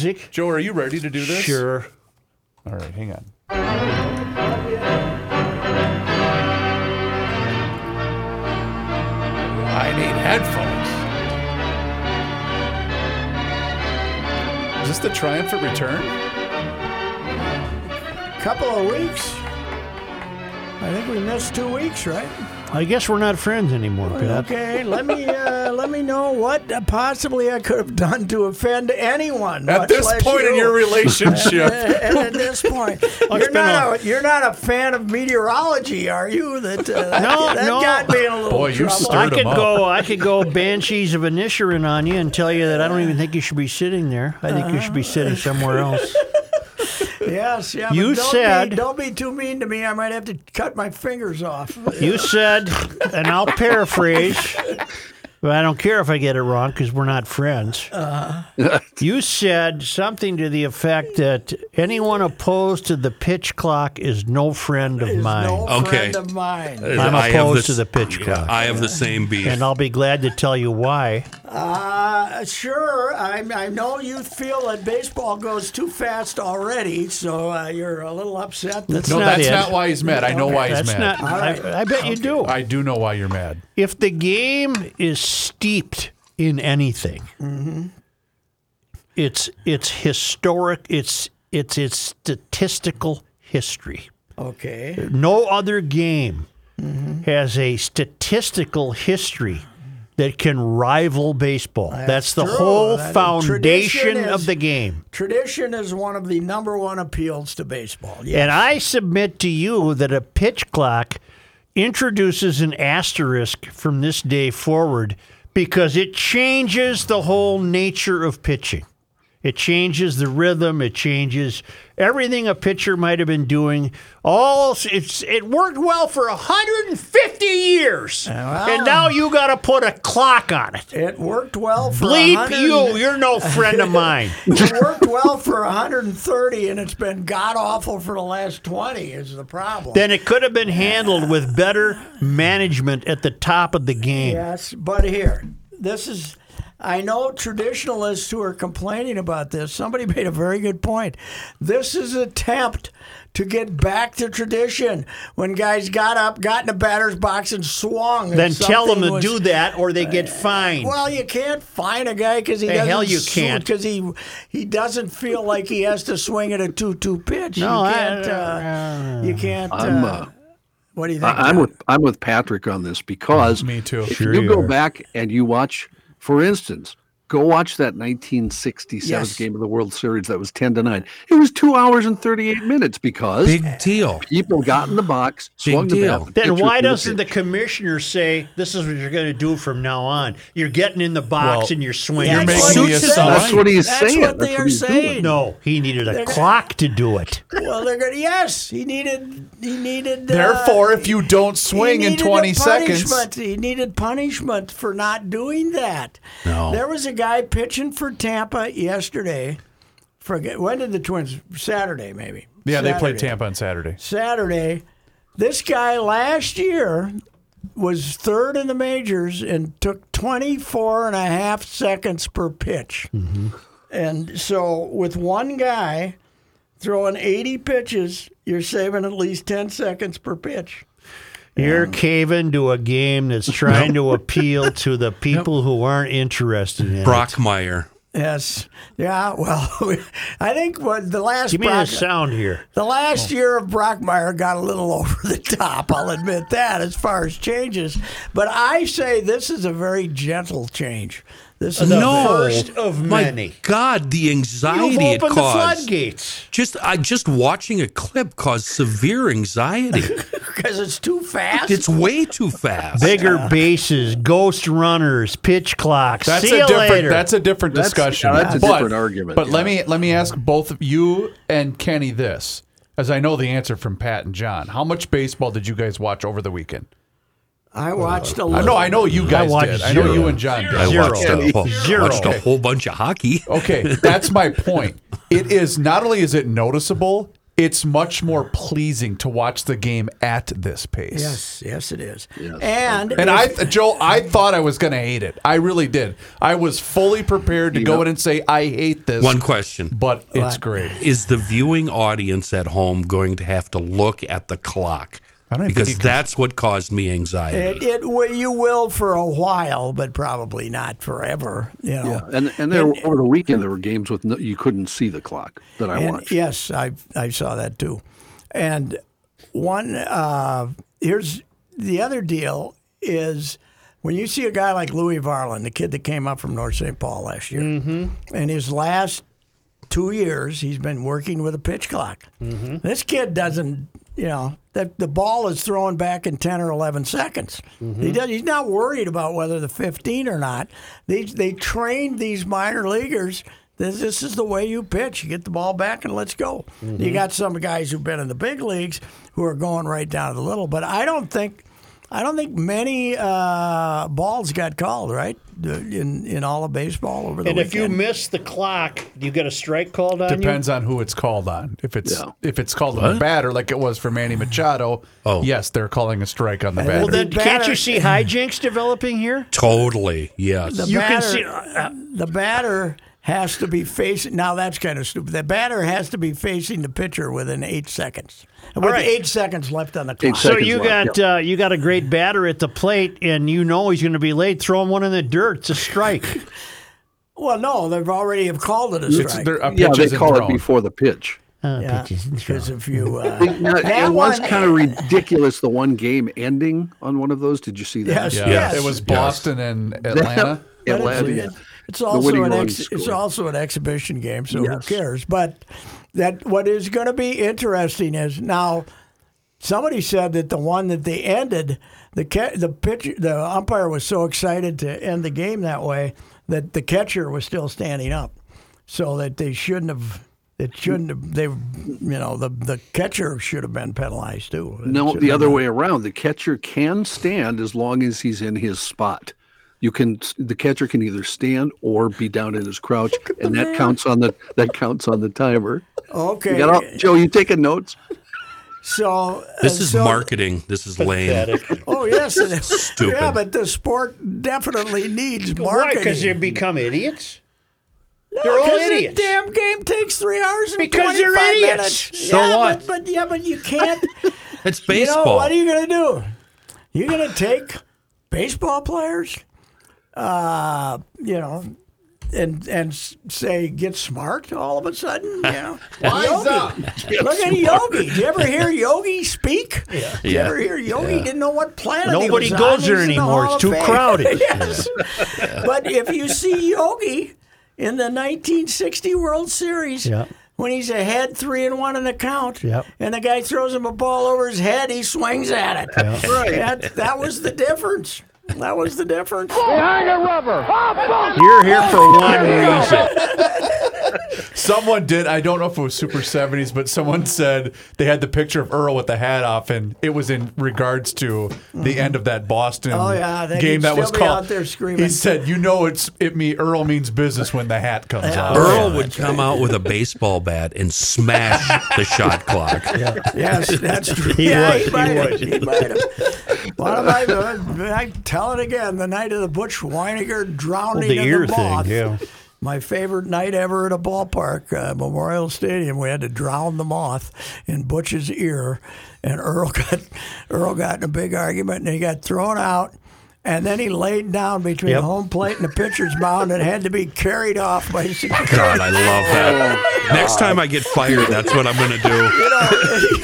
Music? Joe, are you ready to do this? Sure. All right, hang on. I need headphones. Is this the triumphant return? Couple of weeks. I think we missed two weeks, right? I guess we're not friends anymore, Pat. Okay, let me uh, let me know what uh, possibly I could have done to offend anyone. At much this less point in you. your relationship, and at this point, you're been not, a, you're not a fan of meteorology, are you? That, uh, that, No, that no. got me in a little Boy, you trouble. stirred I could 'em up. go. I could go banshees of Inisherin on you and tell you that I don't even think you should be sitting there. I think you should be sitting somewhere else. Yes, yeah. You but don't said- be, don't be too mean to me. I might have to cut my fingers off. You said, and I'll paraphrase, but I don't care if I get it wrong because we're not friends. Uh-huh. you said something to the effect that anyone opposed to the pitch clock is no friend of mine. No Okay. friend of mine. I'm I have opposed this- to the pitch clock. I have the same beef. and I'll be glad to tell you why. Uh, sure, I, I know you feel that baseball goes too fast already, so uh, you're a little upset. That, no, not that's it. not why he's mad. I know why he's That's mad. not. I, I bet you do. Oh. I do know why you're mad. if the game is steeped in anything, it's it's historic. It's it's its statistical history. okay. No other game has a statistical history that can rival baseball. That's, the true. whole That- foundation tradition of is- the game. Tradition is one of the number one appeals to baseball. Yeah. And I submit to you that a pitch clock introduces an asterisk from this day forward because it changes the whole nature of pitching. It changes the rhythm. It changes everything a pitcher might have been doing. All it's it worked well for 150 years, and now you got to put a clock on it. It worked well for Bleep 100 you! You're no friend of mine. It worked well for 130, and it's been god awful for the last 20. Is the problem? then it could have been handled with better management at the top of the game. Yes, but here, this is. I know traditionalists who are complaining about this. Somebody made a very good point. This is an attempt to get back to tradition when guys got up, got in the batter's box, and swung. and Then tell them something to was- do that, or they get fined. Well, you can't fine a guy because he The doesn't hell you can't. because he he doesn't feel like he has to swing at a two-two pitch. No, you I- can't. uh, you can't. I'm, uh, uh, what do you think? I- I'm with I'm with Patrick on this because Me too. If Sure you you go are. back and you watch, for instance, go watch that 1967 Yes. game of the World Series that was 10 to nine. It was two hours and 38 minutes because Big deal. people got in the box, Big swung the deal. bat. the then pitcher why threw the doesn't the pitch. commissioner say this is what you're going to do from now on? You're getting in the box Well, and you're swinging. you're That's making what the he said. assumption- That's what he's That's saying. what they That's are he's doing. saying. no, he needed a clock to do it. Well, they're gonna. Yes, he needed. He needed. uh, Therefore, if you don't he swing in needed 20 a seconds, punishment. he needed punishment for not doing that. No, there was a guy pitching for Tampa yesterday. Forget when did the Twins? Saturday, maybe. yeah, they Saturday. played Tampa on Saturday. Saturday. This guy last year was third in the majors and took 24 and a half seconds per pitch. Mm-hmm. And so, with one guy throwing 80 pitches, you're saving at least 10 seconds per pitch. You're caving to a game that's trying to appeal to the people who aren't interested in it. Brockmeyer. Yes. Yeah. Well, I think what the last Give me the Brock- sound here. The last Oh. year of Brockmeyer got a little over the top, I'll admit that, as far as changes. But I say this is a very gentle change. This is No. a very- First of My many. God, the anxiety You've it opened the caused. floodgates. Just I just watching a clip caused severe anxiety. because it's too fast. It's way too fast. Bigger bases, ghost runners, pitch clocks. That's See a you different. later. That's a different That's- discussion. yeah, that's a but, different argument, But let me yeah. let me ask both of you and Kenny this, as I know the answer from Pat and John. How much baseball did you guys watch over the weekend? I watched a I little. know, I know you guys watched did. I know zero. you and John did. I Zero. watched a, whole, Zero. watched a whole bunch of hockey. Okay, that's my point. It is not only is it noticeable, it's much more pleasing to watch the game at this pace. Yes, yes, it is. And And I, Joe, I thought I was going to hate it. I really did. I was fully prepared to go in and say I hate this. One question. but it's great. Is the viewing audience at home going to have to look at the clock? I don't think because it- that's what caused me anxiety. It, it wi- you will for a while, but probably not forever. You know. And and there over the weekend there were games with no, you couldn't see the clock that I And watched. yes, I I saw that too. And one uh, here's the other deal is when you see a guy like Louis Varlin, the kid that came up from North St. Paul last year, Mm-hmm. and his last two years he's been working with a pitch clock. Mm-hmm. This kid doesn't, you know, that the ball is thrown back in ten or eleven seconds. Mm-hmm. He does, he's not worried about whether the fifteen or not. They they trained these minor leaguers. This, this is the way you pitch. You get the ball back and let's go. Mm-hmm. You got some guys who've been in the big leagues who are going right down to the little. But I don't think, I don't think many uh, balls got called right in in all of baseball over the and if weekend. you miss the clock, you get a strike called on Depends on who it's called on. If it's Yeah. if it's called on the batter, like it was for Manny Machado, Oh. yes, they're calling a strike on the batter. you. Well, then The can't you batter- see hijinks developing here? Totally. Yes. the You can batter, see- uh, the batter has to be facing. Now that's kind of stupid. The batter has to be facing the pitcher within eight seconds. With right. eight seconds left on the clock. Eight So Seconds you left, got uh, you got a great batter at the plate, and you know he's going to be late. Throw him one in the dirt. It's a strike. Well, no, they've already have called it a It's- strike. they're- a Yeah, pitch they isn't call thrown. it before the pitch. Uh, Yeah, because if you uh, Now, that it was one- kind of ridiculous. The one game ending on one of those. Did you see that? Yes. Yeah, Yes. it was Boston and Atlanta. but Atlanta. It's, it's winning also an run ex, it's scored. also an exhibition game, so Yes. who cares? But that what is going to be interesting is now somebody said that the one that they ended the ca- the pitch the umpire was so excited to end the game that way that the catcher was still standing up, so that they shouldn't have. It shouldn't have. They, you know, the the catcher should have been penalized too. It No, shouldn't the have other been- way around. The catcher can stand as long as he's in his spot. You can the catcher can either stand or be down in his crouch, and that counts on the that counts on the timer. You Okay, got all, Joe, you taking notes? so uh, this is so- marketing. This is lame. Oh yes, it is. Stupid. Yeah, but the sport definitely needs Why? marketing. Because they become idiots. they're all 'Cause the idiots. damn game takes three hours and Because they're 25 idiots. minutes. So yeah, what? But, but yeah, but you can't. It's you know baseball. what are you going to do? You're going to take baseball players, uh, you know, and and s- say get smart all of a sudden. You know, Yogi. Look at Yogi. Did you ever hear Yogi speak? Yeah. Did you Yeah. ever hear Yogi? Didn't know what planet he Nobody was on. goes there He's in the anymore. Hall It's of too Fame. crowded. yes. But if you see Yogi in the 1960 World Series, Yeah. when he's ahead three and one in the count, Yep. and the guy throws him a ball over his head, he swings at it. Right. That, that was the difference. That was the difference. You're here for one reason. Someone did. I don't know if it was Super 70s, but someone said they had the picture of Earl with the hat off, and it was in regards to the end of that Boston Oh, yeah, then game he'd that still was be called. out there screaming. He said, "You know, it's it me. Earl means business when the hat comes off." Earl would come out with a baseball bat and smash the shot clock. Yes, that's true. He yeah, would, He he might have. He might have. What am I doing? I tell it again. The night of the Butch Weininger drowning the in ear the moth. thing, yeah. My favorite night ever at a ballpark, uh, Memorial Stadium. We had to drown the moth in Butch's ear, and Earl got Earl got in a big argument, and he got thrown out. And then he laid down between Yep. home plate and the pitcher's mound and had to be carried off by security. God, I love that. Next time I get fired, that's what I'm going to do.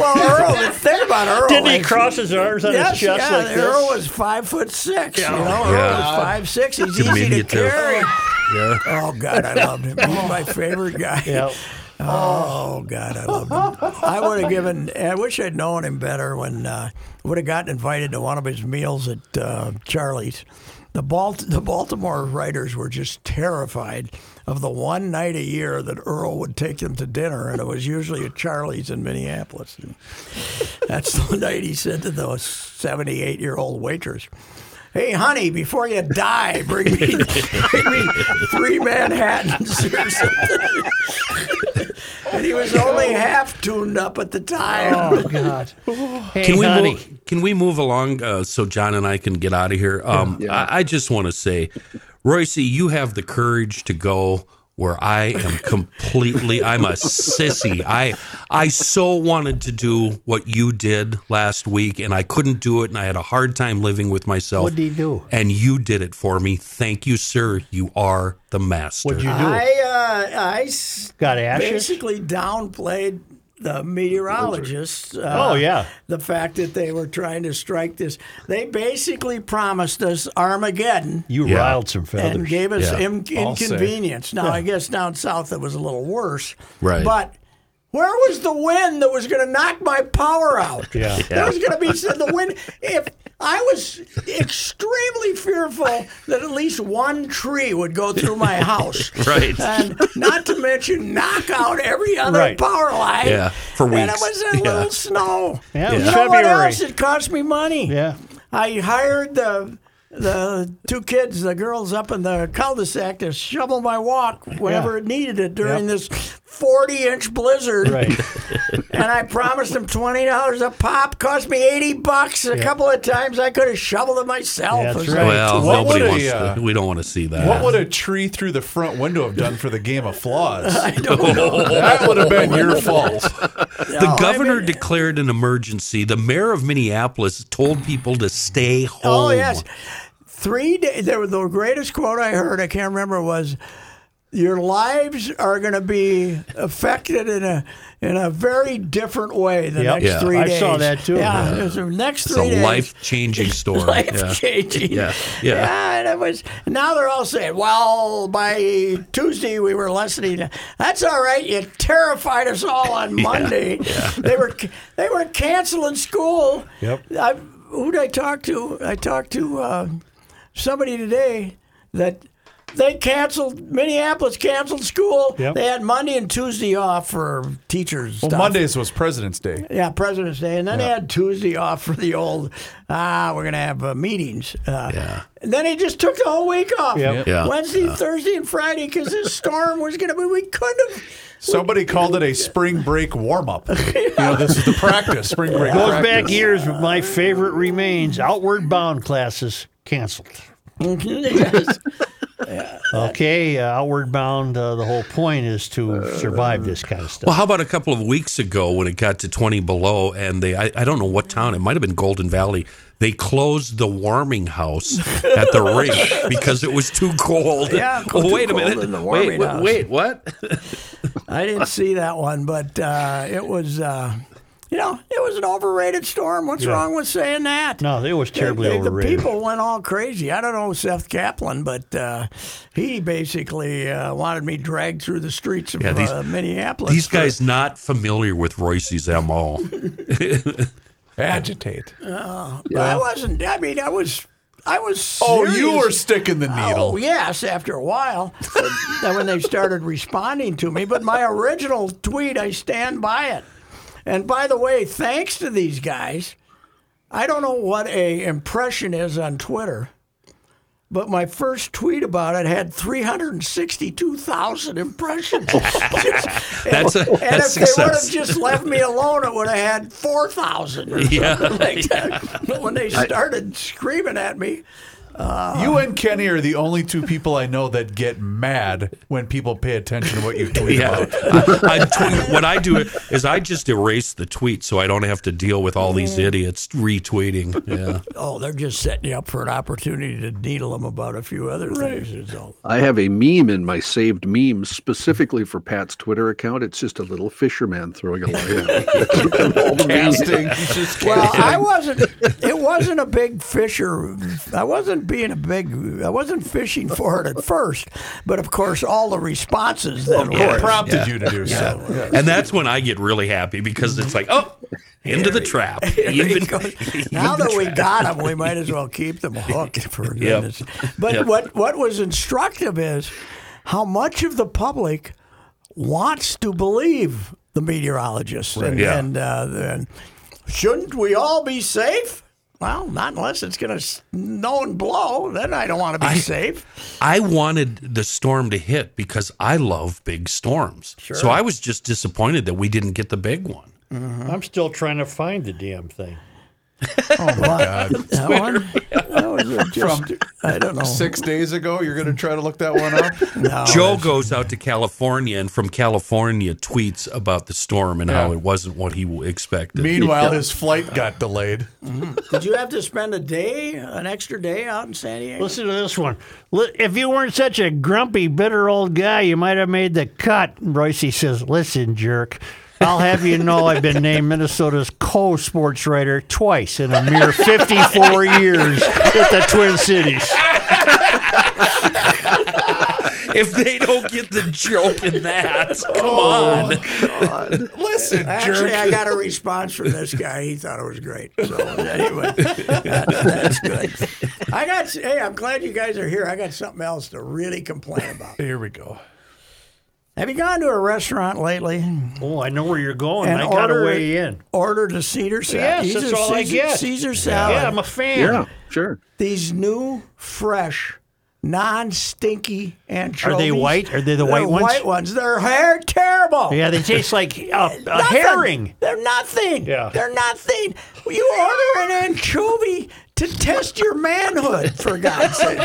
well, Earl, think about Earl. Didn't he actually. cross his arms on his chest yeah, like this? Earl was five foot six. You know, Earl Yeah. was five six. He's It's easy a to miniature. carry. Yeah. Oh God, I loved him. He's my favorite guy. Yep. Oh God, I loved him. I would have given. I wish I'd known him better when uh, would have gotten invited to one of his meals at uh, Charlie's. The Balt- the Baltimore writers were just terrified of the one night a year that Earl would take them to dinner, and it was usually at Charlie's in Minneapolis. And that's the night he said to the seventy-eight year old waitress. Hey, honey, before you die, bring me, bring me three Manhattans or something. And he was only half tuned up at the time. God. Hey, Can we honey. move, can we move along uh, so John and I can get out of here? Um, I, I just want to say, Royce, you have the courage to go where I am completely. I'm a sissy. I I so wanted to do what you did last week, and I couldn't do it, and I had a hard time living with myself. What'd he do? And you did it for me. Thank you, sir. You are the master. What'd you do? I, uh, I s- Got ashes? basically downplayed the meteorologists. Uh, Oh, yeah. The fact that they were trying to strike this. They basically promised us Armageddon. You Yeah. riled some feathers. and gave us Yeah. in- I'll say. inconvenience. Now, I guess down south it was a little worse. Right. But where was the wind that was going to knock my power out? Yeah. There was going to be so the wind. If I was extremely fearful that at least one tree would go through my house. Right. And not to mention knock out every other Right. power line. Yeah, for And it weeks. was a Yeah. little snow. Yeah, it was You know what February. else? It cost me money. Yeah. I hired the the two kids, the girls up in the cul-de-sac, to shovel my walk whenever Yeah. it needed it during this forty-inch blizzard. Right. And I promised them twenty dollars a pop. Cost me eighty bucks. A couple of times I could have shoveled it myself. That's or right. something. Well, What nobody would a, wants. uh, to, we don't want to see that. What would a tree through the front window have done for the game of flaws? I don't know. that would have been your fault. Oh, The governor declared an emergency. The mayor of Minneapolis told people to stay home. Oh yes, three days. The the greatest quote I heard, I can't remember, was, "Your lives are going to be affected in a in a very different way the Yep. next Yeah. three I days." saw that too. Yeah, it was the next It's three a days. life changing story. Life changing. Yeah. Yeah. And it was. Now they're all saying, "Well, by Tuesday we were listening." to-" That's all right. You terrified us all on Monday. They were they were canceling school. Yep. I, who did I talk to? I talked to uh, somebody today that. They canceled Minneapolis canceled school. Yep. They had Monday and Tuesday off for teachers. Well, stuff. Mondays was President's Day. Yeah, President's Day, and then they had Tuesday off for the old. Ah, we're gonna have uh, meetings. Uh, Yeah. And then he just took the whole week off. Yep. Yeah. Wednesday, Thursday, and Friday because this storm was gonna be. We couldn't have. Somebody called it a spring break warm up. You know, this is the practice. Spring break. Goes practice. back years, but my favorite remains outward bound classes canceled. Yes. Okay, uh, outward bound, uh, the whole point is to survive this kind of stuff. Well, how about a couple of weeks ago when it got to 20 below and they, I, I don't know what town, it might have been Golden Valley, they closed the warming house at the rink because it was too cold. Yeah, oh, too wait a cold minute. in the wait, warming wait, house. wait, what? I didn't see that one, but uh, it was. Uh, you know, it was an overrated storm. What's wrong with saying that? no, it was terribly They- they- overrated. The people went all crazy. I don't know Seth Kaplan, but uh, he basically uh, wanted me dragged through the streets of Yeah, these- uh, Minneapolis. These for- guys not familiar with Royce's MO. Agitate. I wasn't. I mean, I was. I was. Oh, you serious. were sticking the Oh needle. yes, after a while, then when they started responding to me. But my original tweet, I stand by it. And by the way, thanks to these guys, I don't know what a impression is on Twitter, but my first tweet about it had three hundred and sixty-two thousand impressions. That's a And if that's they would have success. just left me alone, it would have had 4,000 or something like that. But when they started screaming at me, You and Kenny are the only two people I know that get mad when people pay attention to what you tweet Yeah, about. I, I tweet, what I do is I just erase the tweet so I don't have to deal with all these idiots retweeting. Yeah. oh, they're just setting you up for an opportunity to needle them about a few other things. is all. I have a meme in my saved memes specifically for Pat's Twitter account. It's just a little fisherman throwing a line. out. All the memes. Casting. He's just Well, I wasn't, it wasn't a big fisher. I wasn't wasn't being a big. I wasn't fishing for it at first, but of course, all the responses What that were prompted you to do so? And that's when I get really happy because it's like, oh, into the trap. Even- Now even that the we trap. got them, we might as well keep them hooked for goodness. But Yep. what what was instructive is how much of the public wants to believe the meteorologists, and, Yeah. and, uh, and shouldn't we all be safe? Well, not unless it's going to snow and blow. Then I don't want to be I- safe. I wanted the storm to hit because I love big storms. So I was just disappointed that we didn't get the big one. I'm still trying to find the damn thing. Oh, my God. That one? That was just, I don't know. Six days ago, you're going to try to look that one up. Joe goes out to California and from California tweets about the storm and how Yeah. it wasn't what he expected. Meanwhile, his flight got delayed. Did you have to spend a day, an extra day out in San Diego? Listen to this one. Li- If you weren't such a grumpy, bitter old guy, you might have made the cut. Royce says, Listen, jerk, I'll have you know I've been named Minnesota's co sports writer twice in a mere 54 years at the Twin Cities. if they don't get the joke in that, come on. Listen, Actually, jerk. I got a response from this guy. He thought it was great. So anyway, that- that's good. I got. Hey, I'm glad you guys are here. I got something else to really complain about. Here we go. Have you gone to a restaurant lately Oh, I know where you're going. and I got ordered to weigh in. ordered a Caesar salad? Yes, that's Caesar- all I Caesar- get. Caesar salad. Yeah, I'm a fan. Yeah, sure. These new, fresh, non-stinky anchovies. white? Are they the They're white ones? White ones. They're hair terrible. Yeah, they taste like a, a Nothing. herring. They're nothing. Yeah. They're nothing. You order an anchovy to test your manhood, for God's sake.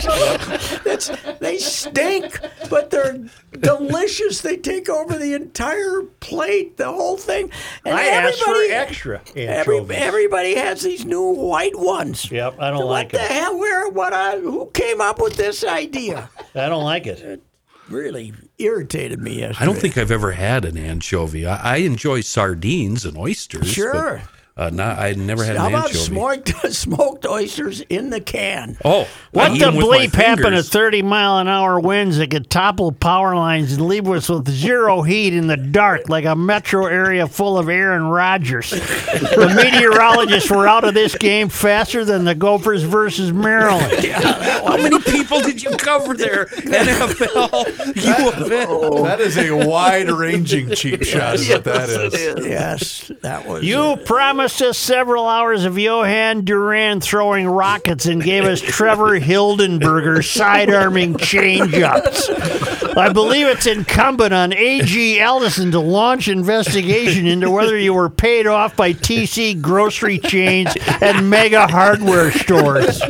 It's, they stink, but they're delicious. They take over the entire plate, the whole thing. And I asked for extra every- anchovies. everybody has these new white ones. Yep, I don't what like the it. hell? Where? What? I, who came up with this idea? I don't like it. Really irritated me yesterday. I don't think I've ever had an anchovy. I, I enjoy sardines and oysters. Sure. But, uh, not, I never had How an about anchovy. smoked, smoked oysters in the can? Oh, I What eat the 'em with my bleep happened to fingers. 30 mile an hour winds that could topple power lines and leave us with zero heat in the dark like a metro area full of Aaron Rodgers? the meteorologists were out of this game faster than the Gophers versus Maryland. How many people did you cover there? NFL, U of L. Oh. That is a wide-ranging cheap shot. Is what that is. Yes, that was. You promised us several hours of Johan Duran throwing rockets and gave us Trevor Hildenberger sidearming changeups. I believe it's incumbent on A.G. Ellison to launch investigation into whether you were paid off by TC grocery chains and mega hardware stores.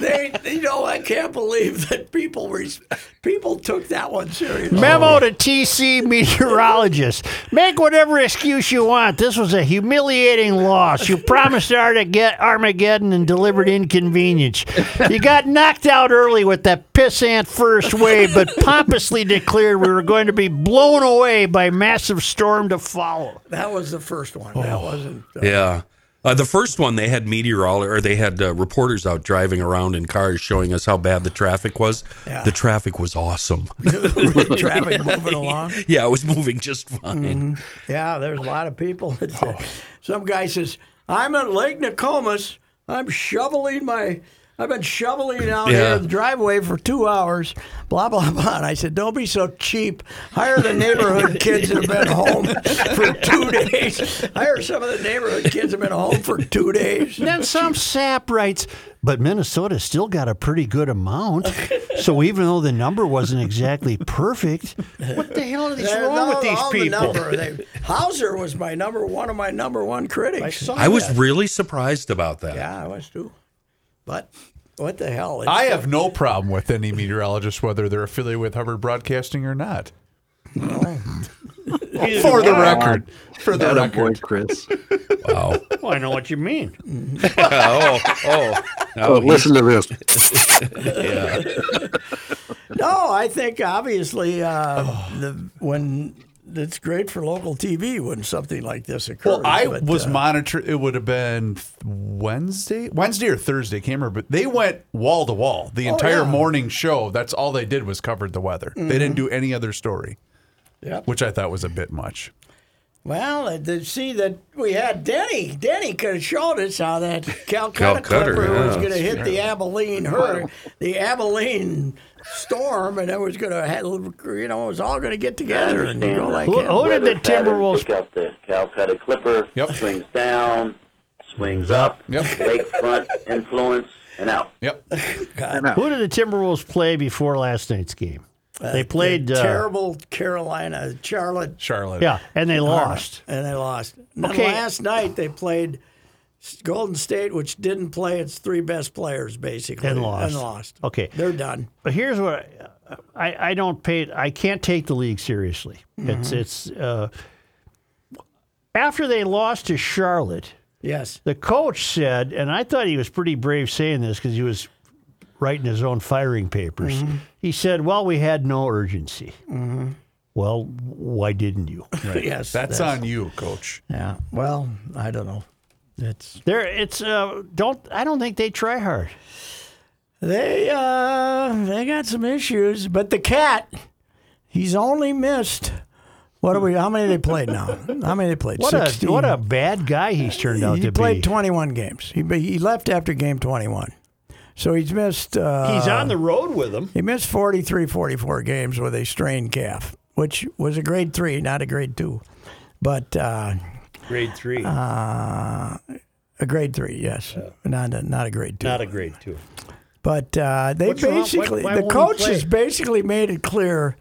they, you know, I can't believe that people were, people took that one seriously. Memo to TC meteorologists. Make whatever excuse you want. This was a humiliating loss. You promised Armage- Armageddon and delivered inconvenience. You got knocked out early with that pissant first wave, but pompously declared we were going to be blown away by massive storm to follow. That was the first one. That wasn't. Yeah. Uh, the first one, they had meteorol or they had uh, reporters out driving around in cars showing us how bad the traffic was. The traffic was awesome. traffic moving along. yeah, it was moving just fine. Yeah, there's a lot of people. That, Some guy says, "I'm at Lake Nokomis. I'm shoveling my." I've been shoveling out here Yeah. in the driveway for two hours, blah, blah, blah. And I said, Don't be so cheap. Hire the neighborhood kids that have been home for two days. Hire some of the neighborhood kids that have been home for two days. And then some sap writes, but Minnesota still got a pretty good amount. So even though the number wasn't exactly perfect, what the hell is They're wrong with all- these all the people? number. They- Hauser was my number one of my number one critics. I was really surprised about that. yeah, I was too. But what the hell? It's- I uh, have no problem with any meteorologist, whether they're affiliated with Hubbard Broadcasting or not. For the record, for the That a boy, record, Oh, Chris. Wow. Well, I know what you mean. oh, oh. Oh, listen to this. No, I think obviously uh, the when it's great for local TV when something like this occurs. Well, I but, was uh, monitor. It would have been Wednesday, Wednesday or Thursday. Can't remember. But they went wall to wall the entire yeah. morning show. That's all they did was covered the weather. They didn't do any other story, uh, Yep. which I thought was a bit much. Well, uh, to see that we had Denny. Denny could have showed us how that Calcutta, Calcutta, Clipper was yeah. going to hit the Abilene hur- the Abilene storm, and it was going to, you know, it was all going to get together and go like Who, that. who did the Weather pattern Timberwolves? pick up the Calcutta Clipper. Yep. Swings down, swings up, Yep. lakefront influence, and out. Yep. Who did the Timberwolves play before last night's game? They played uh, Terrible Carolina, Charlotte, Charlotte. Yeah, and they lost. and they lost. And then Okay. last night they played Golden State, which didn't play its three best players basically, And lost. And lost. Okay. they're done. But here's what I, I, I don't pay. I can't take the league seriously. It's it's uh, after they lost to Charlotte, Yes. the coach said, and I thought he was pretty brave saying this because he was writing his own firing papers. He said, "Well, we had no urgency." Mm-hmm. Well, why didn't you? yes. That's on you, Coach. Yeah. Well, I don't know. It's There, it's uh, don't. I don't think they try hard. they uh they got some issues, but the cat, he's only missed. What are we? How many they played now? How many they played? What 16. a what a bad guy he's turned out he to played be. 21 games. He he left after game 21, so he's missed. Uh, he's on the road with them. He missed 43, 44 games with a strained calf, which was a grade three, not a grade two, but uh, Grade three, a grade three, yes, not a, not a grade two. not a grade two. But uh, they wrong? Why- basically, why the won't he coach play? has basically made it clear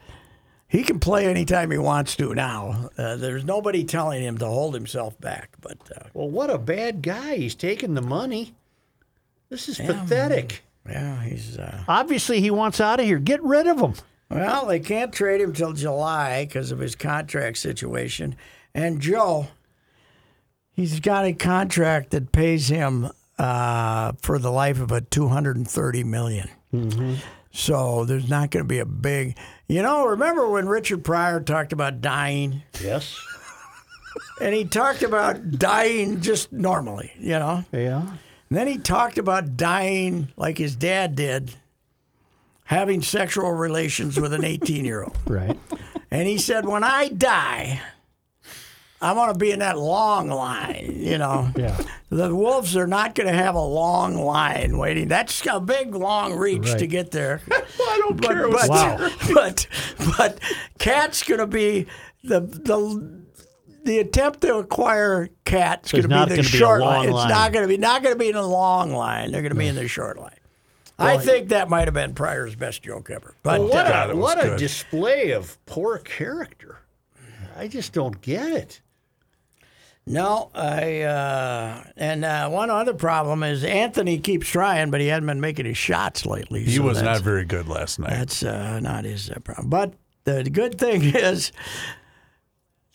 he can play anytime he wants to now. Uh, there's nobody telling him to hold himself back. But uh, Well, what a bad guy. He's taking the money. This is pathetic. yeah, he's. Uh, Obviously, he wants out of here. Get rid of him. well, they can't trade him till July because of his contract situation. And Joe, he's got a contract that pays him uh, for the life of a 230 million. So there's not going to be a big, you know. Remember when Richard Pryor talked about dying? Yes. and he talked about dying just normally, you know. Yeah. And then he talked about dying like his dad did, having sexual relations with an 18 year old. Right. And he said, When I die, I want to be in that long line, you know. Yeah. The Wolves are not going to have a long line waiting. That's a big, long reach to Right. get there. I don't care. But, Wow. but but Cat's going to be the the the attempt to acquire Cat's going it's to not be the gonna be a short long line. line. It's not going to be not going to be in the long line. They're going to be in the short line. I think that might have been Pryor's best joke ever. But what uh, a, what a display of poor character. I just don't get it. no, I uh, and uh, one other problem is Anthony keeps trying, but he hasn't been making his shots lately. He so was that's- not very good last night. That's uh, not his uh, problem. But the good thing is,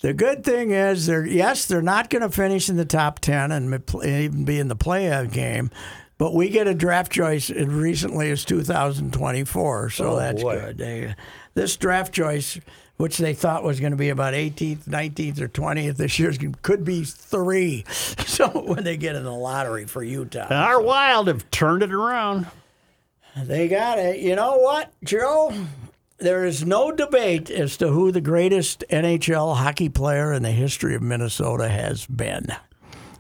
the good thing is, they're yes, they're not going to finish in the top ten and mi- pl- even be in the playoff game. But we get a draft choice as recently as 2024, so that's good. They, this draft choice, which they thought was going to be about 18th, 19th, or 20th this year, could be three. So when they get in the lottery for Utah, And our Wild have turned it around. they got it. You know what, Joe? There is no debate as to who the greatest NHL hockey player in the history of Minnesota has been.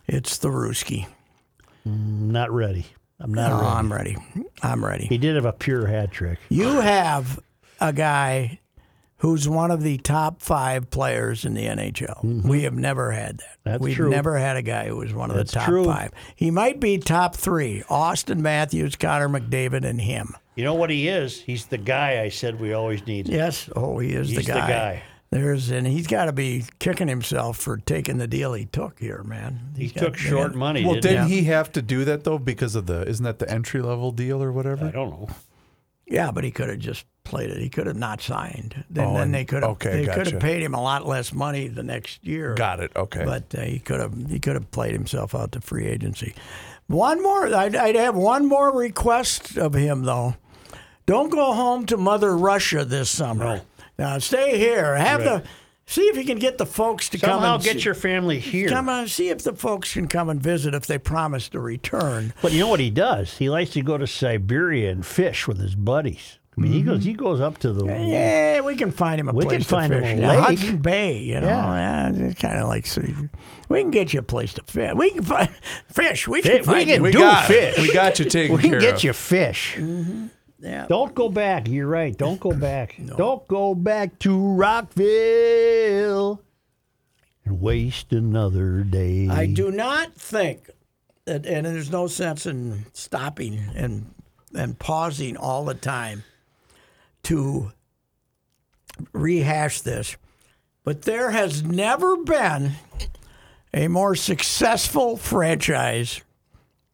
It's the Ruski. I'm not ready. I'm not Oh, ready. I'm ready. I'm ready. He did have a pure hat trick. You have a guy who's one of the top five players in the NHL. We have never had that. Mm-hmm. That's We've true. never had a guy who was one of That's the top true. five. He might be top three Austin Matthews, Connor McDavid, and him. You know what he is? He's the guy I said we always need. Yes. Oh, he is the He's the guy. guy. There's and he's got to be kicking himself for taking the deal he took here, man. He He's got- took short money. well, didn't didn't he have to do that though because of the isn't that the entry level deal or he? whatever? I don't know. Yeah, but he could have just played it. He could have not signed. Then, Oh, then and- they could have. okay, they could gotcha. have paid him a lot less money the next year. Got it. Okay. But uh, he could have. He could have played himself out to free agency. One more. I'd, I'd have one more request of him though. Don't go home to Mother Russia this summer. Now stay here. Have the See if you can get the folks to come Somehow and get see, your family here. come on. See if the folks can come and visit if they promise to return. But you know what he does? He likes to go to Siberia and fish with his buddies. I mean, he goes he goes up to the Yeah, we can find him a Mm-hmm. We place can find to him fish. a Now, lake. Hudson Bay, you know, yeah. it's kind of like so you- we can get you a place to fish. We can find fish. We can Fi- we find can you. We Do got fish. It. We got you taken We can care get of. you fish. Yeah. Don't go back. You're right. Don't go back. Don't go back to Rockville and waste another day. I do not think that, and there's no sense in stopping and and pausing all the time to rehash this, but there has never been a more successful franchise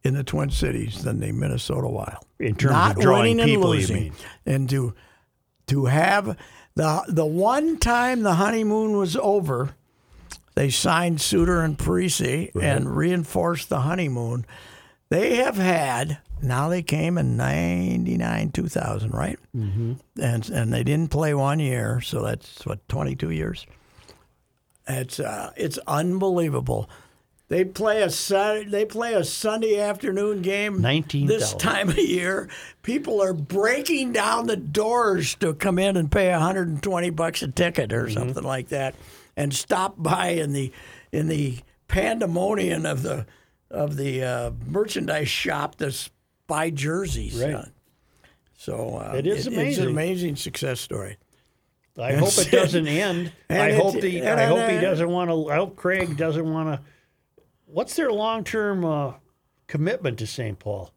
in the Twin Cities than the Minnesota Wild. In terms of not drawing winning and people, you losing, mean. and to to have the the one time the honeymoon was over. They signed Suter and Parisi and reinforced the honeymoon. They have had now they came in '99, 2000, right? Mm-hmm. And and they didn't play one year, so that's what 22 years. It's uh, it's unbelievable. They play a Saturday, they play a Sunday afternoon game. 19,000. this time of year, people are breaking down the doors to come in and pay 120 bucks a ticket or Mm-hmm. something like that, and stop by in the in the pandemonium of the of the uh, merchandise shop that's by jerseys. Right. So uh, It is It's amazing. an amazing success story. I hope it doesn't end. And I it- hope the and- I hope he and- doesn't want to. I hope Craig doesn't want to. What's their long term uh, commitment to St. Paul?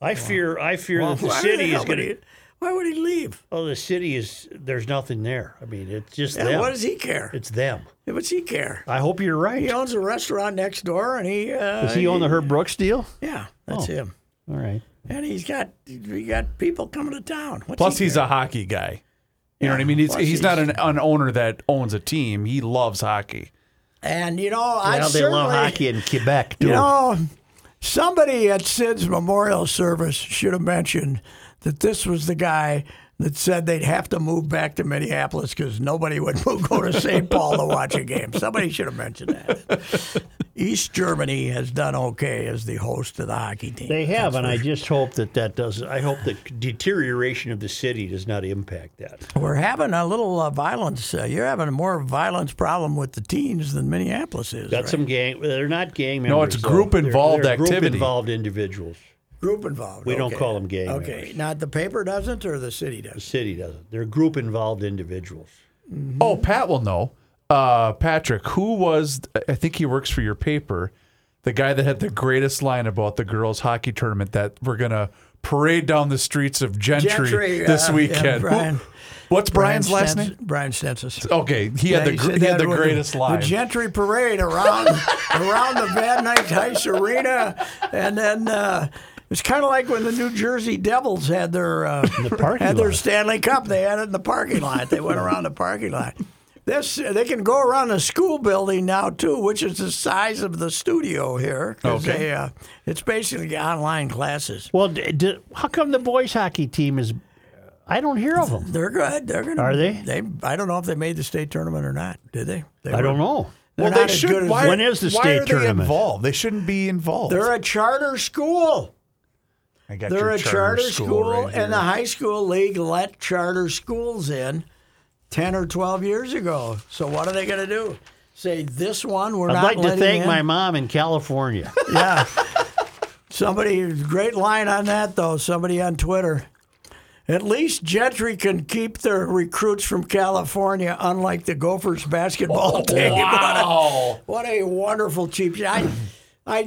I fear. I fear that the Why city hell is would going to. he- Why would he leave? Oh, the city is. There's nothing there. I mean, it's just And them. what does he care? It's them. What's he care? I hope you're right. He owns a restaurant next door, and he uh, Does he own Oh. the Herb Brooks deal? yeah, that's him. All right. And he's got he got people coming to town. What's Plus, he he's care? a hockey guy. You know what I Yeah, mean? He's, plus he's not an, an owner that owns a team. He loves hockey. and you know I Now they certainly love hockey in Quebec too. you know somebody at Sid's memorial service should have mentioned that this was the guy that said they'd have to move back to Minneapolis because nobody would go to St. Paul to watch a game. Somebody should have mentioned that. East Germany has done okay as the host of the hockey team. They have, and I just hope that that doesn't. I hope the deterioration of the city does not impact that. We're having a little uh, violence. Uh, you're having a more violence problem with the teens than Minneapolis is. Got right? some gang. They're not gang members. No, it's though. group They're- involved they're Group activity. involved individuals. group involved. We don't okay. call them gang Okay, members. not the paper doesn't, or the city The does. city doesn't. They're group involved individuals. Mm-hmm. Oh, Pat will know. Uh, Patrick, who was, I think he works for your paper, the guy that had the greatest line about the girls' hockey tournament that we're going to parade down the streets of Gentry, Gentry, this uh, yeah, weekend. Who- Brian- what's Brian's Brian last Stens- name? Brian Stensis. Okay, he had Oh, the, gr- he had the greatest line. The Gentry Parade around around the Van Nuys Heights Arena, and then uh, it's kind of like when the New Jersey Devils had their uh, parking had their lot. Stanley Cup. They had it in the parking lot. They went around the parking lot. This uh, they can go around the school building now too, which is the size of the studio here. 'cause Okay. they, uh, it's basically online classes. Well, d- d- how come the boys' hockey team is? I don't hear of them. They're good. They're gonna. Are they? They. I don't know if they made the state tournament or not. Did they? They I were- don't know. They're well, not they as should. good as why, When is the why state are they tournament? involved? They shouldn't be involved. They're a charter school. I got They're your a charter, school, right here. and the high school league let charter schools in 10 or 12 years ago. So what are they going to do? Say this one we're I'd not like to letting thank in? my mom in California. yeah. Somebody great line on that though. Somebody on Twitter. At least Gentry can keep their recruits from California, unlike the Gophers basketball team. Wow. What a wonderful cheap shot. I, I,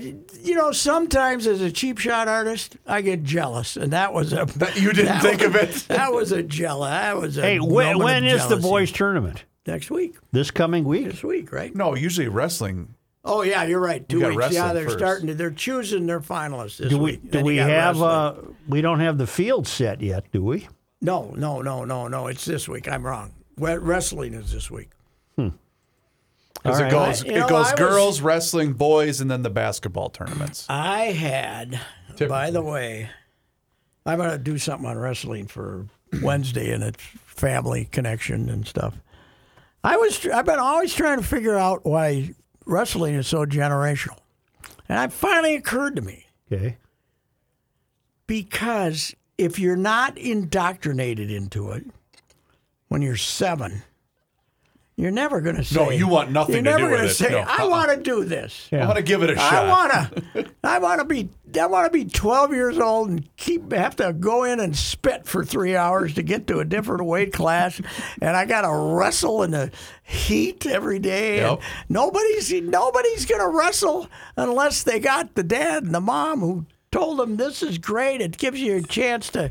you know, sometimes as a cheap shot artist, I get jealous, and that was a. you didn't that think was- of it. That was a jealous. That was a. hey, when, moment of when is the jealousy. boys' tournament? next week? This coming week. This week, right? No, usually wrestling. Oh yeah, you're right. Two got weeks. Yeah, wrestling they're first. starting. To, they're choosing their finalists. This Do we? week. Do Then you we got have? wrestling. Uh, we don't have the field set yet, do we? No, no, no, no, no. It's this week. I'm wrong. We- Wrestling is this week. Because right. it goes, I- you it know, goes I was- girls, wrestling, boys, and then the basketball tournaments. I had, by the way, I'm going to do something on wrestling for Wednesday and it's family connection and stuff. I was I've been always trying to figure out why wrestling is so generational, and it finally occurred to me Okay. because if you're not indoctrinated into it when you're seven, you're never going to say. you want nothing You're to never do with gonna it. say, No, "I uh-uh. want to do this." I want to give it a I shot. wanna, I wanna be, I wanna be 12 years old and keep have to go in and spit for three hours to get to a different weight class, and I gotta wrestle in the heat every day. Yep. And nobody's nobody's gonna wrestle unless they got the dad and the mom who told them this is great. It gives you a chance to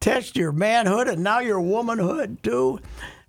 test your manhood and now your womanhood too.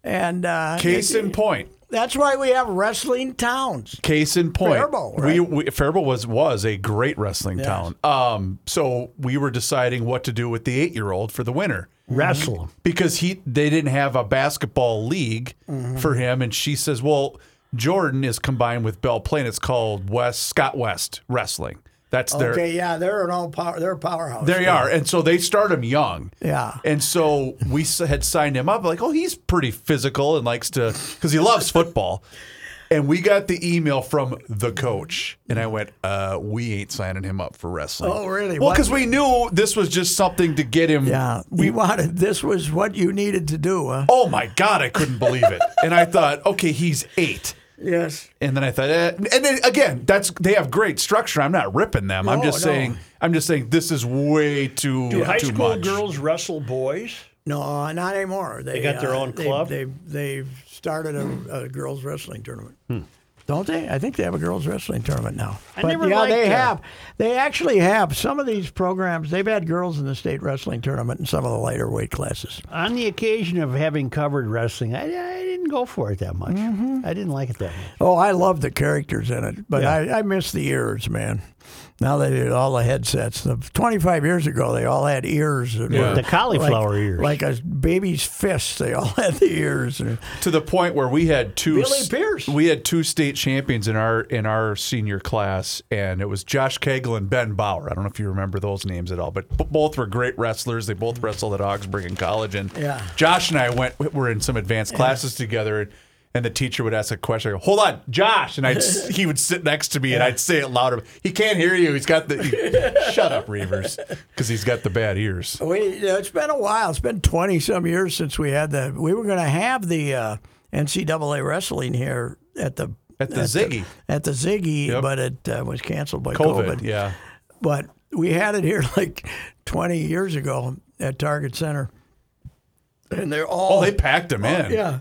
And uh, Case in point. that's why we have wrestling towns. Case in point, Faribault, we, right? we Faribault was was a great wrestling town. Um, so we were deciding what to do with the eight year old for the winter Wrestle 'em. because he they didn't have a basketball league Mm-hmm. for him, and she says, "Well, Jordan is combined with Bell Plain. It's called West Scott West Wrestling. That's their." Okay, yeah, they're an all power. They're a powerhouse. They are, and so they start him young. Yeah. and so we s- had signed him up. Like, oh, he's pretty physical and likes to because he loves football. And we got the email from the coach, and I went, uh, "We ain't signing him up for wrestling." Oh, really? Well, What- because we knew this was just something to get him. Yeah, we wanted. This was what you needed to do. Huh? Oh my God, I couldn't believe it. and I thought, okay, he's eight. Yes. And then I thought, eh. and then again, that's they have great structure. I'm not ripping them. I'm No, just no. saying, I'm just saying this is way too Do high too school much. girls wrestle boys? No, uh, not anymore. They, got their own club? They they have started a, a girls wrestling tournament. Don't they? I think they have a girls wrestling tournament now. Hmm. I but never yeah, liked uh, they that. have. They actually have some of these programs. They've had girls in the state wrestling tournament in some of the later weight classes. On the occasion of having covered wrestling, I, I didn't go for it that much. Mm-hmm. I didn't like it that much. Oh, I love the characters in it, but I, I miss the ears, man. Now they did all the headsets. The, 25 years ago, they all had ears. that were The cauliflower like, ears. Like a baby's fist. They all had the ears. to the point where we had two Billy Pierce. we had two state champions in our in our senior class and it was Josh Cagle and Ben Bauer. I don't know if you remember those names at all, but b- both were great wrestlers. They both wrestled at Augsburg in college and Yeah. Josh and I went we were in some advanced classes together and and the teacher would ask a question. I go, "Hold on, Josh," and I'd s- he would sit next to me, and I'd say it louder. He can't hear you. He's got the he- shut up, Reavers, because he's got the bad ears. We, it's been a while. It's been 20 some years since we had the. We were going to have the uh, NCAA wrestling here at the. At the Ziggy. at the Ziggy, Yep. but it uh, was canceled by COVID, yeah. but we had it here like 20 years ago at Target Center. And they're all Oh, they packed him in. yeah.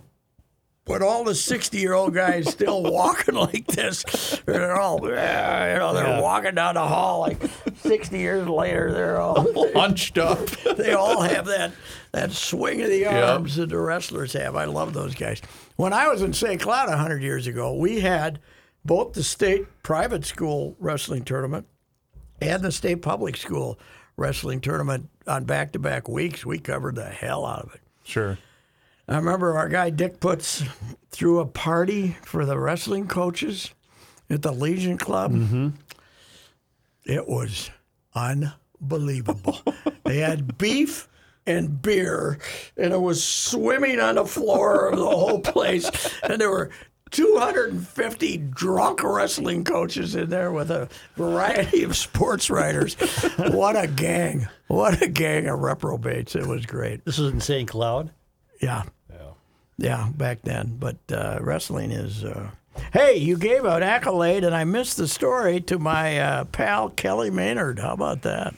But all the 60 year old guys still walking like this. They're all, you know, they're walking down the hall like 60 years later. They're all, Hunched up. they all have that that swing of the Yeah. arms that the wrestlers have. I love those guys. When I was in St. Cloud 100 years ago, we had both the state private school wrestling tournament and the state public school wrestling tournament on back to back weeks. We covered the hell out of it. Sure. I remember our guy Dick Putz threw a party for the wrestling coaches at the Legion Club. It was unbelievable. they had beef and beer, and it was swimming on the floor of the whole place. And there were 250 drunk wrestling coaches in there with a variety of sports writers. what a gang! What a gang of reprobates! It was great. This is in St. Cloud. Yeah. Yeah. back then. But uh, wrestling is. Uh... Hey, you gave an accolade, and I missed the story to my uh, pal Kelly Maynard. How about that?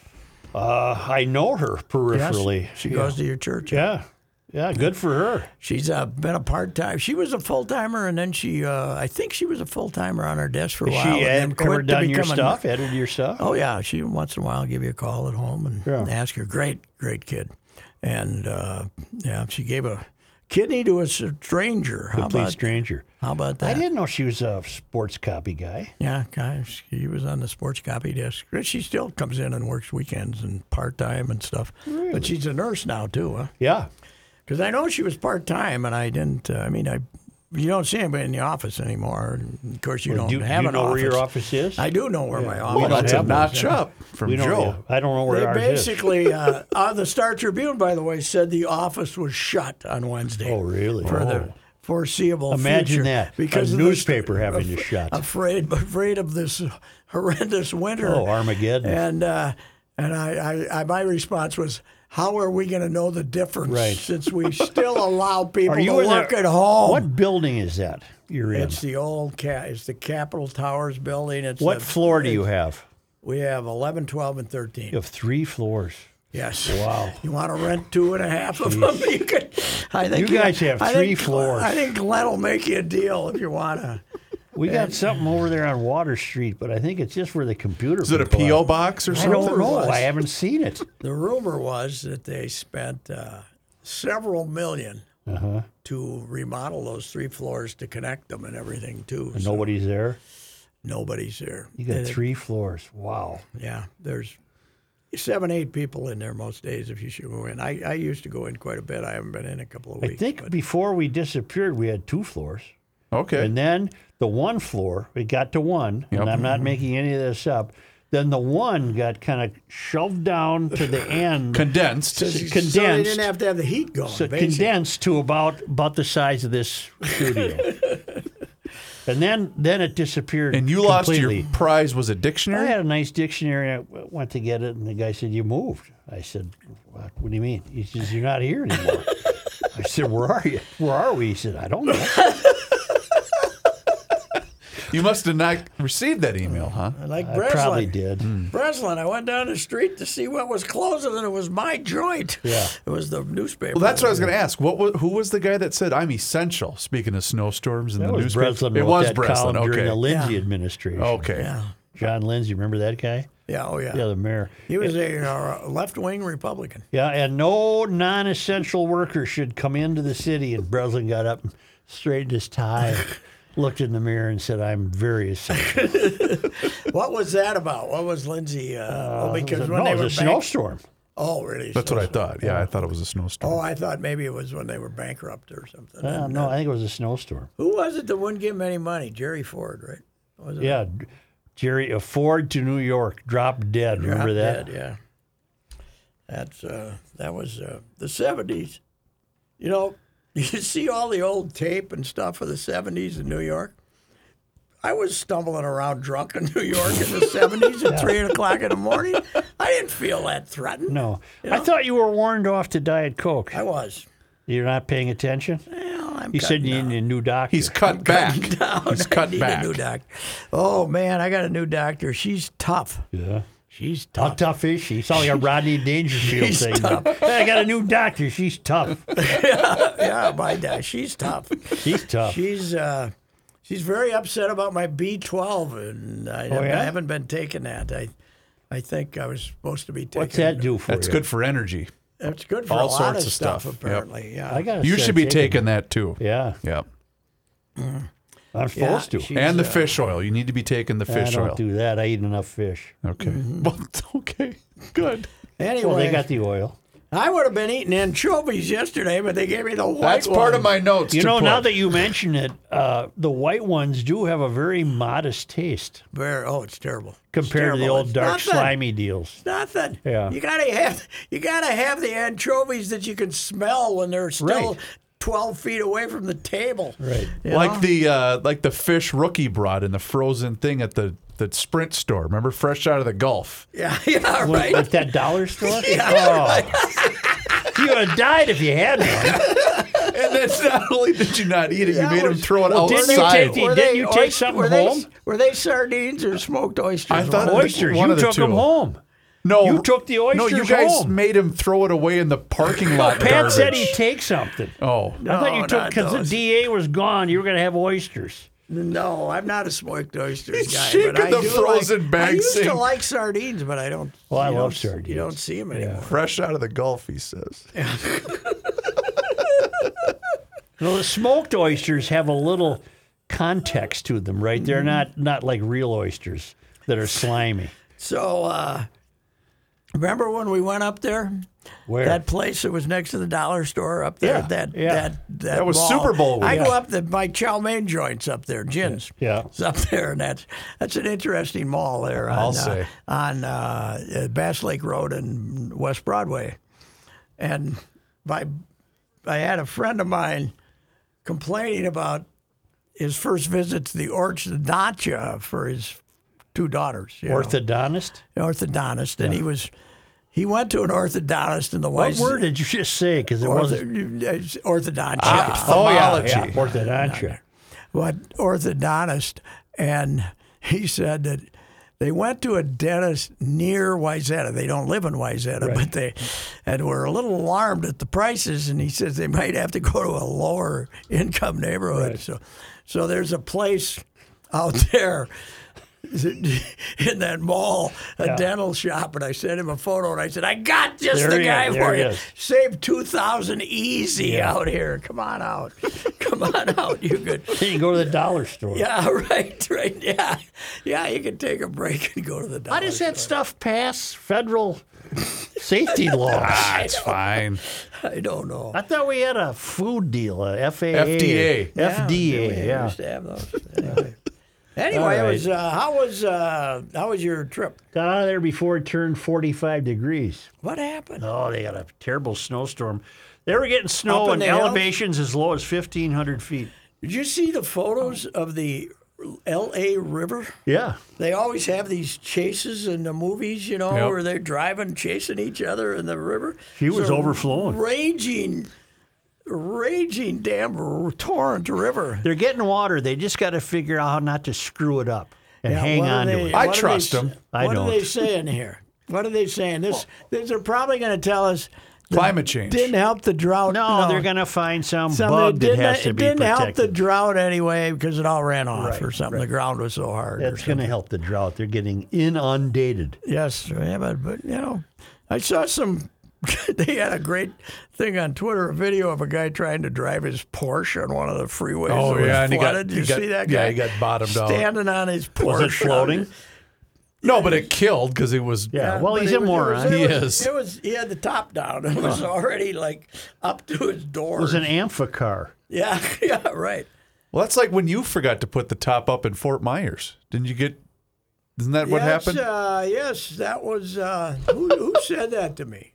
I know her peripherally. She goes to your church. Yeah. Yeah, good for her. She's uh, been a part time. She was a full timer, and then she, uh, I think she was a full timer on her desk for a She while. and then had quit ever to done your become a- stuff, edited your stuff. Oh yeah, she once in a while give you a call at home and Yeah. ask her. Great, great kid, and uh, yeah, she gave a kidney to a stranger. How Complete about stranger. how about that? I didn't know she was a sports copy guy. Yeah, gosh, she was on the sports copy desk. She still comes in and works weekends and part time and stuff. But she's a nurse now too, Yeah. because I know she was part time, and I didn't. Uh, I mean, I you don't see anybody in the office anymore. And of course, you don't do do have you an know office. where your office is? I do know where my office. don't is. That's a have those, notch yeah. up from we don't, Joe. yeah, I don't know where They ours is. basically, uh, uh, the Star Tribune, by the way, said the office was shut on Wednesday. Oh, really? For Oh. the foreseeable Imagine future that. because a of this- newspaper having you shot. afraid afraid of this horrendous winter. Oh, Armageddon. And uh, and I, I, I my response was, how are we going to know the difference Right. since we still allow people Are you to in work the- at home? What building is that you're in? It's the old cat. It's the Capitol Towers building. It's What the- floor do you have? We have 11, 12, and 13. You have three floors. Yes. Wow. You want to rent two and a half of them? You could. I think You guys have I three think- floors. I think Glenn will make you a deal if you want to. We got something over there on Water Street, but I think it's just where the computer. Is it a people PO are. box or I something? don't know. I haven't seen it. The rumor was that they spent uh, several 1000000 Uh-huh. to remodel those three floors to connect them and everything too. So Nobody's there. nobody's there. You got And it- three floors. Wow. yeah, there's seven, eight people in there most days if you should go in. I, I used to go in quite a bit. I haven't been in a couple of I weeks. think before we disappeared, we had two floors, Okay. and then the one floor it got to one, and I'm Mm-hmm. not making any of this up. Then the one got kind of shoved down to the end, Condensed. condensed. So they didn't have to have the heat going. so basically. condensed to about about the size of this studio. and then then it disappeared. And you lost completely. your prize was a I dictionary? had a nice dictionary. I w- went to get it, and the guy said, "You moved." I said, "What, what do you mean?" He says, "You're not here anymore." I said, "Where are you? Where are we?" He said, "I don't know." You must have not received that email, huh? I like I probably Breslin. did. Hmm. Breslin, I went down the street to see what was closing, and it was my joint. Yeah. It was the newspaper. Well, that's what I was going to ask. What was, who was the guy that said I'm essential? Speaking of snowstorms and That the was newspaper, Breslin. it wrote was that Breslin. column Okay, Oh. during the Lindsay Yeah. administration. okay. John Lindsay, remember that guy? Yeah, oh, Yeah, the mayor. He was a uh, left-wing Republican. Yeah, and no non-essential worker should come into the city. And Breslin got up, and straightened his tie, looked in the mirror, and said, "I'm very essential." What was that about? What was Lindsay? Uh, oh, because when no, they it were was a bank- snowstorm. Oh, really? That's So- what I thought. Yeah, I thought it was a snowstorm. Oh, I thought maybe it was when they were bankrupt or something. Uh, And, no, uh, I think it was a snowstorm. who was it that wouldn't give him any money? Jerry Ford, right? Was it? Yeah, d- Jerry, a Ford to New York, drop dead. Remember Drop that? dead, yeah. That's uh, that was uh, the seventies. You know, you see all the old tape and stuff of the seventies in New York. I was stumbling around drunk in New York in the seventies at three o'clock in the morning. I didn't feel that threatened. No, I thought you were warned off to Diet Coke. I was. You're not paying attention. Well, I'm You said cutting you down. need a new doctor. He's cut back. down. He's I cut need back. A new doctor. Oh man, I got a new doctor. She's tough. yeah. She's How tough. tough is she? It's all your Rodney Dangerfield She's thing. Hey, I got a new doctor. She's tough. yeah, my dad. She's tough. She's tough. She's uh, she's very upset about my B twelve, and I, Oh, yeah? I haven't been taking that. I I think I was supposed to be taking. What's that do for That's you? good for energy. That's good for All a lot sorts of of stuff, stuff. Yep. apparently. Yeah, I got. You should be taking that too. Yeah, Yeah. I'm Yeah, supposed to. she's, And the uh, fish oil. You need to be taking the I fish don't oil. do Mm-hmm. that. I eat enough fish. okay. Well, okay. Good. Anyway, Well, they got the oil. I would have been eating anchovies yesterday, but they gave me the white That's part of one. my notes. You to know, put. now that you mention it, uh, the white ones do have a very modest taste Very- oh, it's terrible. It's compared to the terrible. old It's dark nothing. slimy deals. Nothing. Yeah. You gotta have you gotta have the anchovies that you can smell when they're still Right. twelve feet away from the table. Right. like the uh, like the fish rookie brought in the frozen thing at the the Sprint store. Remember, fresh out of the Gulf. Yeah, yeah, right. At that dollar store? oh. you would have died if you had one. And that's not only did you not eat it, you made him throw it didn't you outside. take the- didn't you take something were they- home? were they sardines or smoked oysters? I thought- One of Oysters, One you of the took two. them home. no, You took the No, you oysters guys home. made him throw it away in the parking lot. Pat garbage. said he'd take something. Oh, I thought you No, took not because the those. DA was gone. You were going to have oysters. the- no, I'm not a smoked oysters He's guy. shaking but I the do frozen like, I bag used to saying- like sardines, but I don't. Well, I you love don't- You sardines. don't see them anymore. fresh out of the Gulf, he says. Well, the smoked oysters have a little context to them, right? They're not not like real oysters that are slimy. So, uh, remember when we went up there? Where? That place that was next to the dollar store up there. Yeah, that, yeah. that that was mall. Super Bowl I week. go up the my chow mein joints up there, Jin's. Yeah. It's up there, and that's that's an interesting mall there. On, I'll uh, say. on uh, Bass Lake Road and West Broadway, and my I had a friend of mine complaining about his first visit to the orthodontia for his two daughters. you know, Orthodontist? an orthodontist, and he was he went to an orthodontist, and the What wife word did you just say? Because it wasn't Ah. ortho, orthodontia. Ophthalmology. orthodontia. what orthodontist, and he said that they went to a dentist near Wyzetta. They don't live in Wyzetta, but they and were a little alarmed at the prices. And he says they might have to go to a lower income neighborhood. So, so there's a place out there. In that mall, a dental shop, and I sent him a photo, and I said, "I got just There the he is, guy there for he you. is. Save two thousand easy out here. Come on out, come on out. You could Then you go to the dollar store. yeah, right, right. Yeah, yeah. You can take a break and go to the How doctor. does that stuff pass federal safety laws? Ah, it's fine. I don't know. I thought we had a food deal, a FAA. FDA. FDA, we yeah. used to have those. Anyway, anyway it was. Uh, how was uh, how was your trip? Got out of there before it turned 45 degrees. What happened? Oh, they got a terrible snowstorm. They were getting snow Up in and the hill? elevations as low as 1,500 feet. Did you see the photos of the L.A. River? Yeah. They always have these chases in the movies, you know, Yep. where they're driving, chasing each other in the river. She was It's a overflowing. Raging, raging damn r- torrent river. They're getting water. They just got to figure out how not to screw it up and Yeah, hang what are on they- to it. I what are they trust s- 'em. I what don't. are they saying here? What are they saying? This, this they're probably going to tell us that Climate change. didn't help the drought. No, they're going to find some something bug that didn't, has to it be didn't help the protected. drought anyway because it all ran off or Right, something. The ground was so hard. or That's going to help the drought. They're getting inundated. Yes, yeah, but, but you know, I saw some. they had a great thing on Twitter, a video of a guy trying to drive his Porsche on one of the freeways. Oh, that was yeah, and he got- flooded. he you got- see that guy? yeah, he got bottomed out. standing on his Porsche, Was it floating? No, but it killed because it was. Yeah. Well, But he's a it was- it was- moron. it It He was- is. It was. He had the top down. It was already like up to his door. was an amphicar. yeah, yeah, right. Well, that's like when you forgot to put the top up in Fort Myers. Didn't you get? Isn't that what Yes, happened? Uh, yes, that was. Uh, who, who said that to me?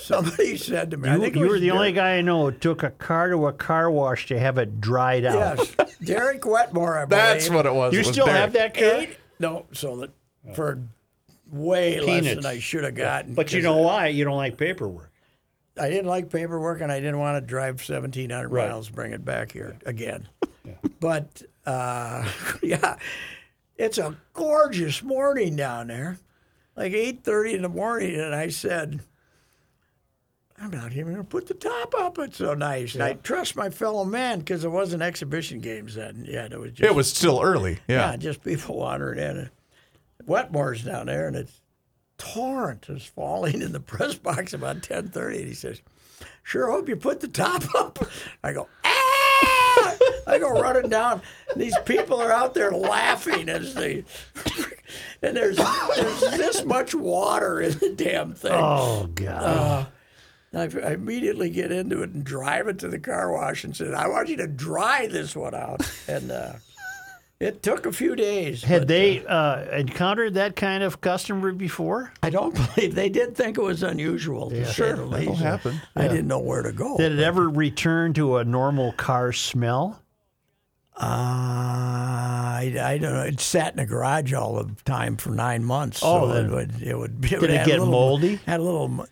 Somebody said to me. I You, think it you was were the Derek- only guy I know who took a car to a car wash to have it dried out. Yes, Derek Wetmore. I believe. That's what it was. You It was still there. have that car? Eight? No, so that for way less Peanuts. than I should have gotten. But you 'cause know why? You don't like paperwork. I didn't like paperwork, and I didn't want to drive 1,700 Right. miles, bring it back here again. But uh, yeah, it's a gorgeous morning down there, like 8:30 in the morning, and I said. I'm not even going to put the top up. It's so nice. And I trust my fellow man because it wasn't exhibition games then. Yeah, it was just It was still early. yeah. Yeah. just people wandering in. And Wetmore's down there, and it's torrent is falling in the press box about ten thirty. And he says, "Sure hope you put the top up." I go, ah! I go running down. These people are out there laughing as they, and there's there's this much water in the damn thing. Oh God! And I, I immediately get into it and drive it to the car wash and said, "I want you to dry this one out." And uh, it took a few days. Had but they uh, encountered that kind of customer before? I don't believe they did think it was unusual. To say the least. That'll happen. I didn't know where to go. Did it ever return to a normal car smell? uh, I, I don't know. It sat in the garage all the time for nine months. Oh, so then- it would. It would. It Did it had a get little- moldy? Had a little. mu-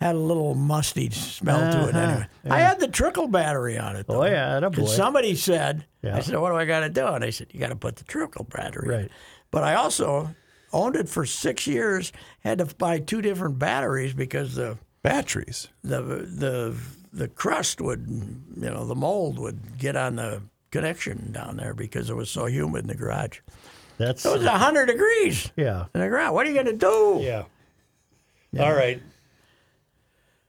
Had a little musty smell to it. Uh-huh, Anyway, I had the trickle battery on it. Though. Oh yeah, that boy. Because somebody said, Yeah. I said, what do I got to do? And they said, you got to put the trickle battery. in." Right. But I also owned it for six years, had to buy two different batteries because the Batteries. the the the crust would, you know, the mold would get on the connection down there because it was so humid in the garage. That's It was 100 degrees yeah, in the garage. What are you going to do? yeah. All right, Is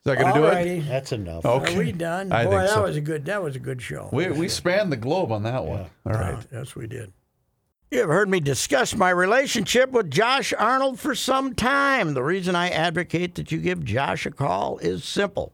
that going to All do righty. that's enough. Okay. Are we done? I Boy, think that so. was a good that was a good show. We, we spanned the globe on that one. All right. Uh, yes, we did. You have heard me discuss my relationship with Josh Arnold for some time. The reason I advocate that you give Josh a call is simple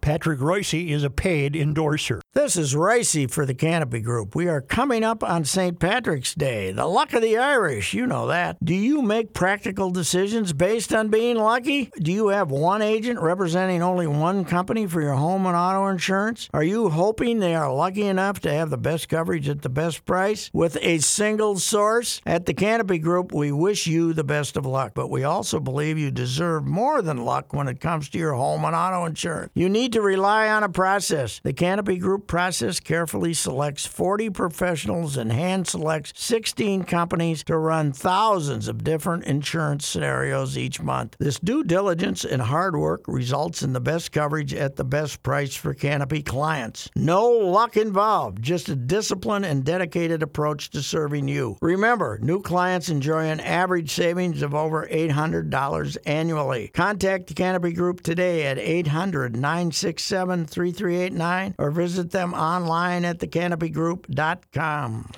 Patrick Royce is a paid endorser. This is Ricey for the Canopy Group. We are coming up on St. Patrick's Day, the luck of the Irish. You know that. Do you make practical decisions based on being lucky? Do you have one agent representing only one company for your home and auto insurance? Are you hoping they are lucky enough to have the best coverage at the best price with a single source? At the Canopy Group, we wish you the best of luck, but we also believe you deserve more than luck when it comes to your home and auto insurance. You need to rely on a process. The Canopy Group process carefully selects 40 professionals and hand selects 16 companies to run thousands of different insurance scenarios each month. This due diligence and hard work results in the best coverage at the best price for Canopy clients. No luck involved, just a disciplined and dedicated approach to serving you. Remember, new clients enjoy an average savings of over $800 annually. Contact the Canopy Group today at 800 967 3389 or visit them online at thecanopygroup.com.